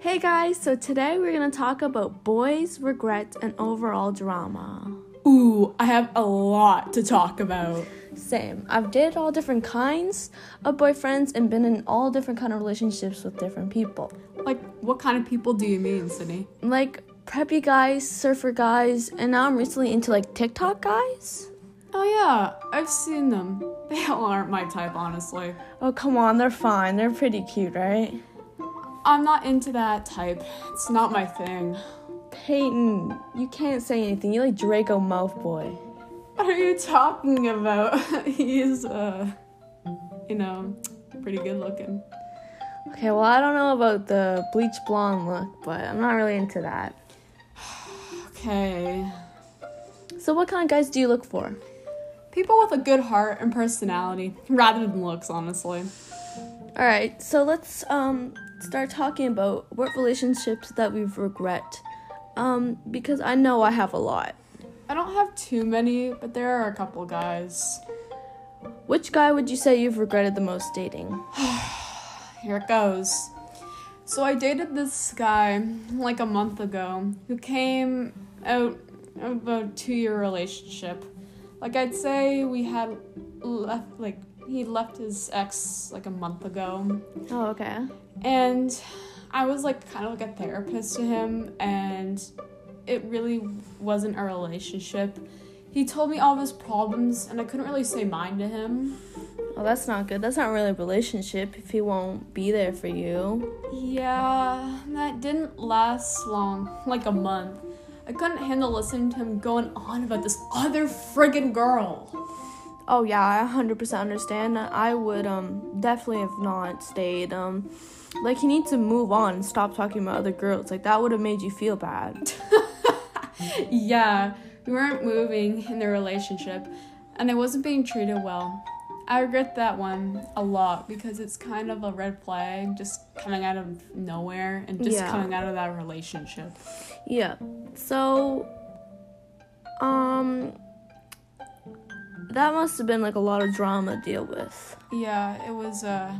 Hey guys, so today we're gonna talk about boys, regret, and overall drama. Ooh, I have a lot to talk about. Same. I've dated all different kinds of boyfriends and been in all different kind of relationships with different people. Like, what kind of people do you mean, Sydney? Like preppy guys, surfer guys, and now I'm recently into like TikTok guys. Oh, yeah, I've seen them. They all aren't my type, honestly. Oh come on, they're fine. They're pretty cute, right? I'm not into that type. It's not my thing. Peyton, you can't say anything. You like Draco Malfoy. What are you talking about? He's, uh, you know, pretty good looking. Okay, well I don't know about the bleach blonde look, but I'm not really into that. Okay. So what kind of guys do you look for? People with a good heart and personality, rather than looks, honestly. All right, so let's um start talking about what relationships that we've regret. Um, because I know I have a lot. I don't have too many, but there are a couple guys. Which guy would you say you've regretted the most dating? Here it goes. So I dated this guy like a month ago who came out of a two year relationship. Like I'd say we had left like he left his ex like a month ago. Oh, okay. And I was like kind of like a therapist to him and it really wasn't a relationship. He told me all of his problems and I couldn't really say mine to him. Well, that's not good. That's not really a relationship if he won't be there for you. Yeah, that didn't last long, like a month. I couldn't handle listening to him going on about this other friggin' girl. Oh yeah, I 100% understand. I would um definitely have not stayed. Um, like he needs to move on and stop talking about other girls. Like that would have made you feel bad. Yeah, we weren't moving in the relationship, and I wasn't being treated well. I regret that one a lot because it's kind of a red flag just coming out of nowhere and just Yeah. coming out of that relationship. Yeah. So, um, that must have been like a lot of drama to deal with. Yeah, it was uh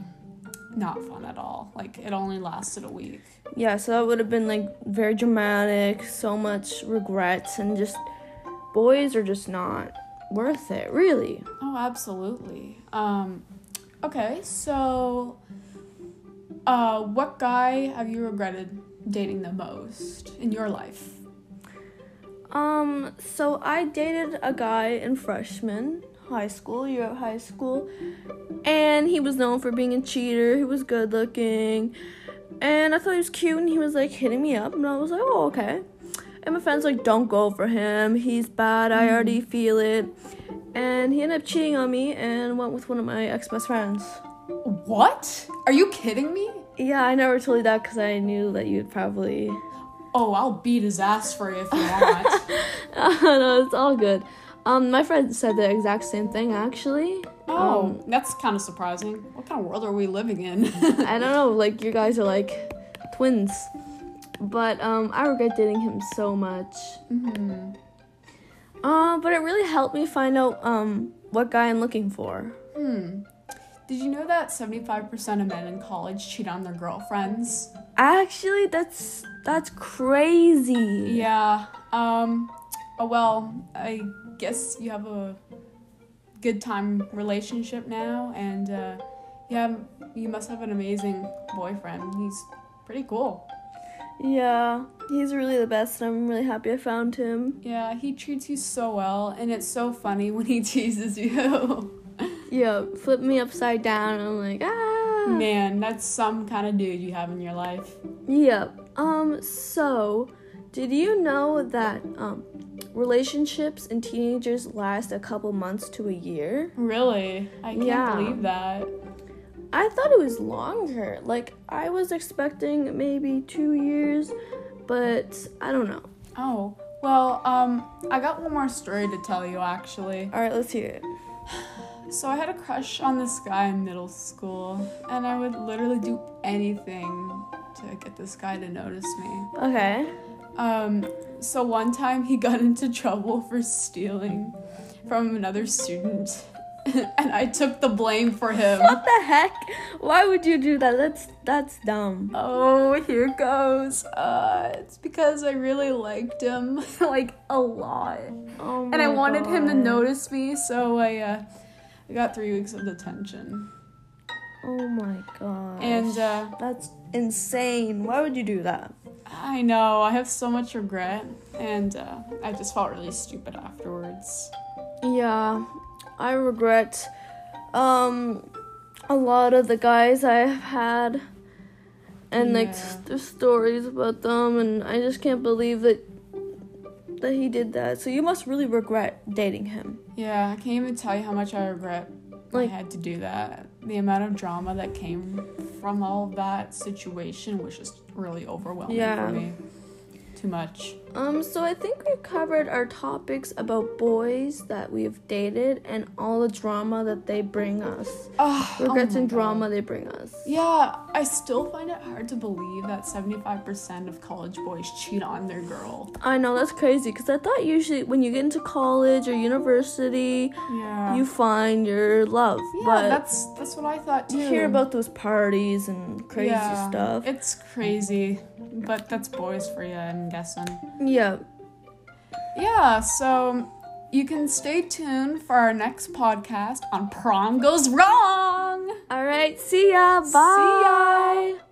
not fun at all. Like it only lasted a week. Yeah, so that would have been like very dramatic, so much regrets, and just boys are just not worth it, really. Oh, absolutely. Um okay, so uh what guy have you regretted dating the most in your life? Um, so I dated a guy in freshman high school, year of high school, and he was known for being a cheater. He was good looking, and I thought he was cute, and he was like hitting me up, and I was like, oh, okay. And my friend's like, don't go for him. He's bad. I already feel it. And he ended up cheating on me and went with one of my ex best friends. What? Are you kidding me? Yeah, I never told you that because I knew that you'd probably. Oh, I'll beat his ass for you if you want. no, it's all good. Um, my friend said the exact same thing actually. oh, Um, that's kind of surprising. What kind of world are we living in? I don't know, like you guys are like twins. But um I regret dating him so much. Mhm. Uh, but it really helped me find out um what guy I'm looking for. hmm. Did you know that 75% of men in college cheat on their girlfriends? Actually, that's that's crazy. Yeah. Um. Oh well. I guess you have a good time relationship now, and uh, yeah, you must have an amazing boyfriend. He's pretty cool. Yeah, he's really the best and I'm really happy I found him. Yeah, he treats you so well, and it's so funny when he teases you. Yeah, flipped me upside down and I'm like, ah Man, that's some kind of dude you have in your life. Yep. Um, so did you know that um relationships in teenagers last a couple months to a year? Really, I can't Yeah. believe that. I thought it was longer. Like I was expecting maybe 2 years, but I don't know. Oh. Well, um, I got one more story to tell you actually. All right, let's hear it. So I had a crush on this guy in middle school, and I would literally do anything to get this guy to notice me. Okay. Um, so one time he got into trouble for stealing from another student, and I took the blame for him. What the heck? Why would you do that? That's that's dumb. Oh, here goes. Uh, it's because I really liked him, like a lot, Oh and I my wanted him to God. notice me. So I, uh, I got three weeks of detention, Oh my god. and uh, that's insane. Why would you do that? I know I have so much regret, and uh, I just felt really stupid afterwards. Yeah, I regret um a lot of the guys I've had and like Yeah. s- there's stories about them and I just can't believe that that he did that. So you must really regret dating him. Yeah, I can't even tell you how much I regret Like- I had to do that. The amount of drama that came from all of that situation was just really overwhelming Yeah. for me. Too much. Um so I think we've covered our topics about boys that we've dated and all the drama that they bring us. Ugh, oh Regrets my and God. drama they bring us. Yeah, I still find it hard to believe that 75% of college boys cheat on their girl. I know that's crazy cuz I thought usually when you get into college or university Yeah. you find your love. Uh-huh. yeah, but that's that's what I thought too. you hear about those parties and crazy Yeah, stuff. It's crazy, but that's boys for you, I'm guessing. yeah. Yeah, so you can stay tuned for our next podcast on Prom Goes Wrong. All right. See ya. Bye. See ya.